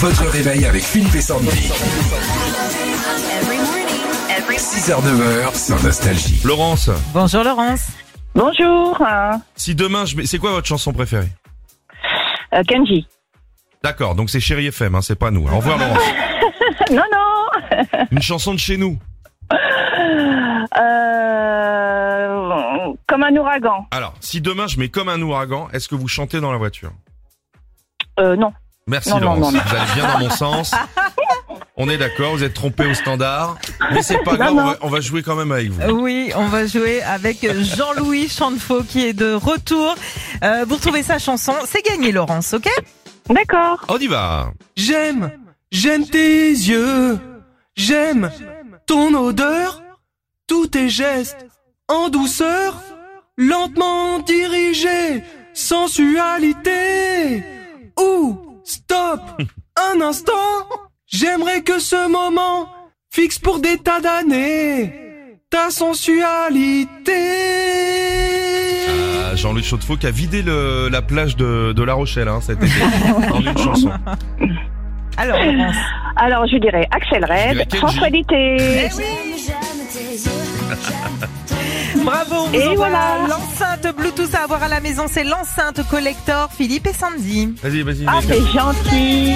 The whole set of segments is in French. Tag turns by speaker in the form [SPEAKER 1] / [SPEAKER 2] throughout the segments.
[SPEAKER 1] Votre réveil avec Philippe et Sandy. 6h-9h sur Nostalgie.
[SPEAKER 2] Laurence,
[SPEAKER 3] Bonjour Laurence.
[SPEAKER 4] Bonjour, euh,
[SPEAKER 2] si demain je mets... C'est quoi votre chanson préférée
[SPEAKER 4] euh, Kenji.
[SPEAKER 2] D'accord, donc c'est Chéri FM, hein, c'est pas nous. Au revoir Laurence.
[SPEAKER 4] Non, non.
[SPEAKER 2] Une chanson de chez nous.
[SPEAKER 4] Euh, comme un ouragan.
[SPEAKER 2] Alors, si demain je mets comme un ouragan, est-ce que vous chantez dans la voiture
[SPEAKER 4] Euh, non.
[SPEAKER 2] Merci
[SPEAKER 4] Non, non,
[SPEAKER 2] Laurence,
[SPEAKER 4] non, non.
[SPEAKER 2] vous allez bien dans mon sens. On est d'accord, vous êtes trompé au standard. Mais c'est pas grave,
[SPEAKER 4] non.
[SPEAKER 2] On, va, on va jouer quand même avec vous.
[SPEAKER 3] Oui, on va jouer avec Jean-Louis Chantefaux qui est de retour. Euh, vous retrouvez sa chanson. C'est gagné Laurence, ok
[SPEAKER 4] D'accord.
[SPEAKER 2] On y va
[SPEAKER 5] J'aime, j'aime tes yeux, j'aime ton odeur, tous tes gestes en douceur, lentement dirigés, sensualité. Ou stop, un instant, j'aimerais que ce moment fixe pour des tas d'années ta sensualité.
[SPEAKER 2] Ah, Jean-Louis Chaudefaut qui a vidé le- la plage de, de La Rochelle hein, cet été en une chanson.
[SPEAKER 3] Alors Laurence.
[SPEAKER 4] Alors, je dirais Axel
[SPEAKER 2] dirais
[SPEAKER 4] Red,
[SPEAKER 2] Kenji.
[SPEAKER 4] Tranquillité.
[SPEAKER 3] Bravo, on vous
[SPEAKER 4] Et
[SPEAKER 3] envoie
[SPEAKER 4] voilà.
[SPEAKER 3] l'enceinte Bluetooth à avoir à la maison. C'est l'enceinte collector Philippe et Sandy.
[SPEAKER 2] Vas-y, vas-y,
[SPEAKER 4] Ah,
[SPEAKER 2] mec.
[SPEAKER 4] c'est gentil.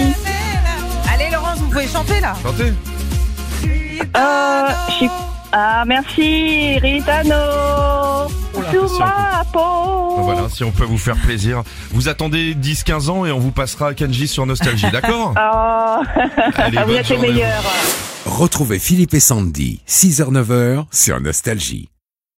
[SPEAKER 3] Allez Laurence, vous pouvez chanter là.
[SPEAKER 2] chantez.
[SPEAKER 4] Euh, je suis- Ah, merci, Ritano.
[SPEAKER 2] là,
[SPEAKER 4] Sous
[SPEAKER 2] c'est
[SPEAKER 4] ma peau.
[SPEAKER 2] Bon, Ah, Voilà, si on peut vous faire plaisir. Vous attendez 10-15 ans et on vous passera à Kenji sur Nostalgie, d'accord
[SPEAKER 4] Ah,
[SPEAKER 2] Allez,
[SPEAKER 4] vous
[SPEAKER 2] bonne
[SPEAKER 4] êtes les
[SPEAKER 2] journée.
[SPEAKER 4] meilleurs.
[SPEAKER 1] Retrouvez Philippe et Sandy, 6h-9h sur Nostalgie.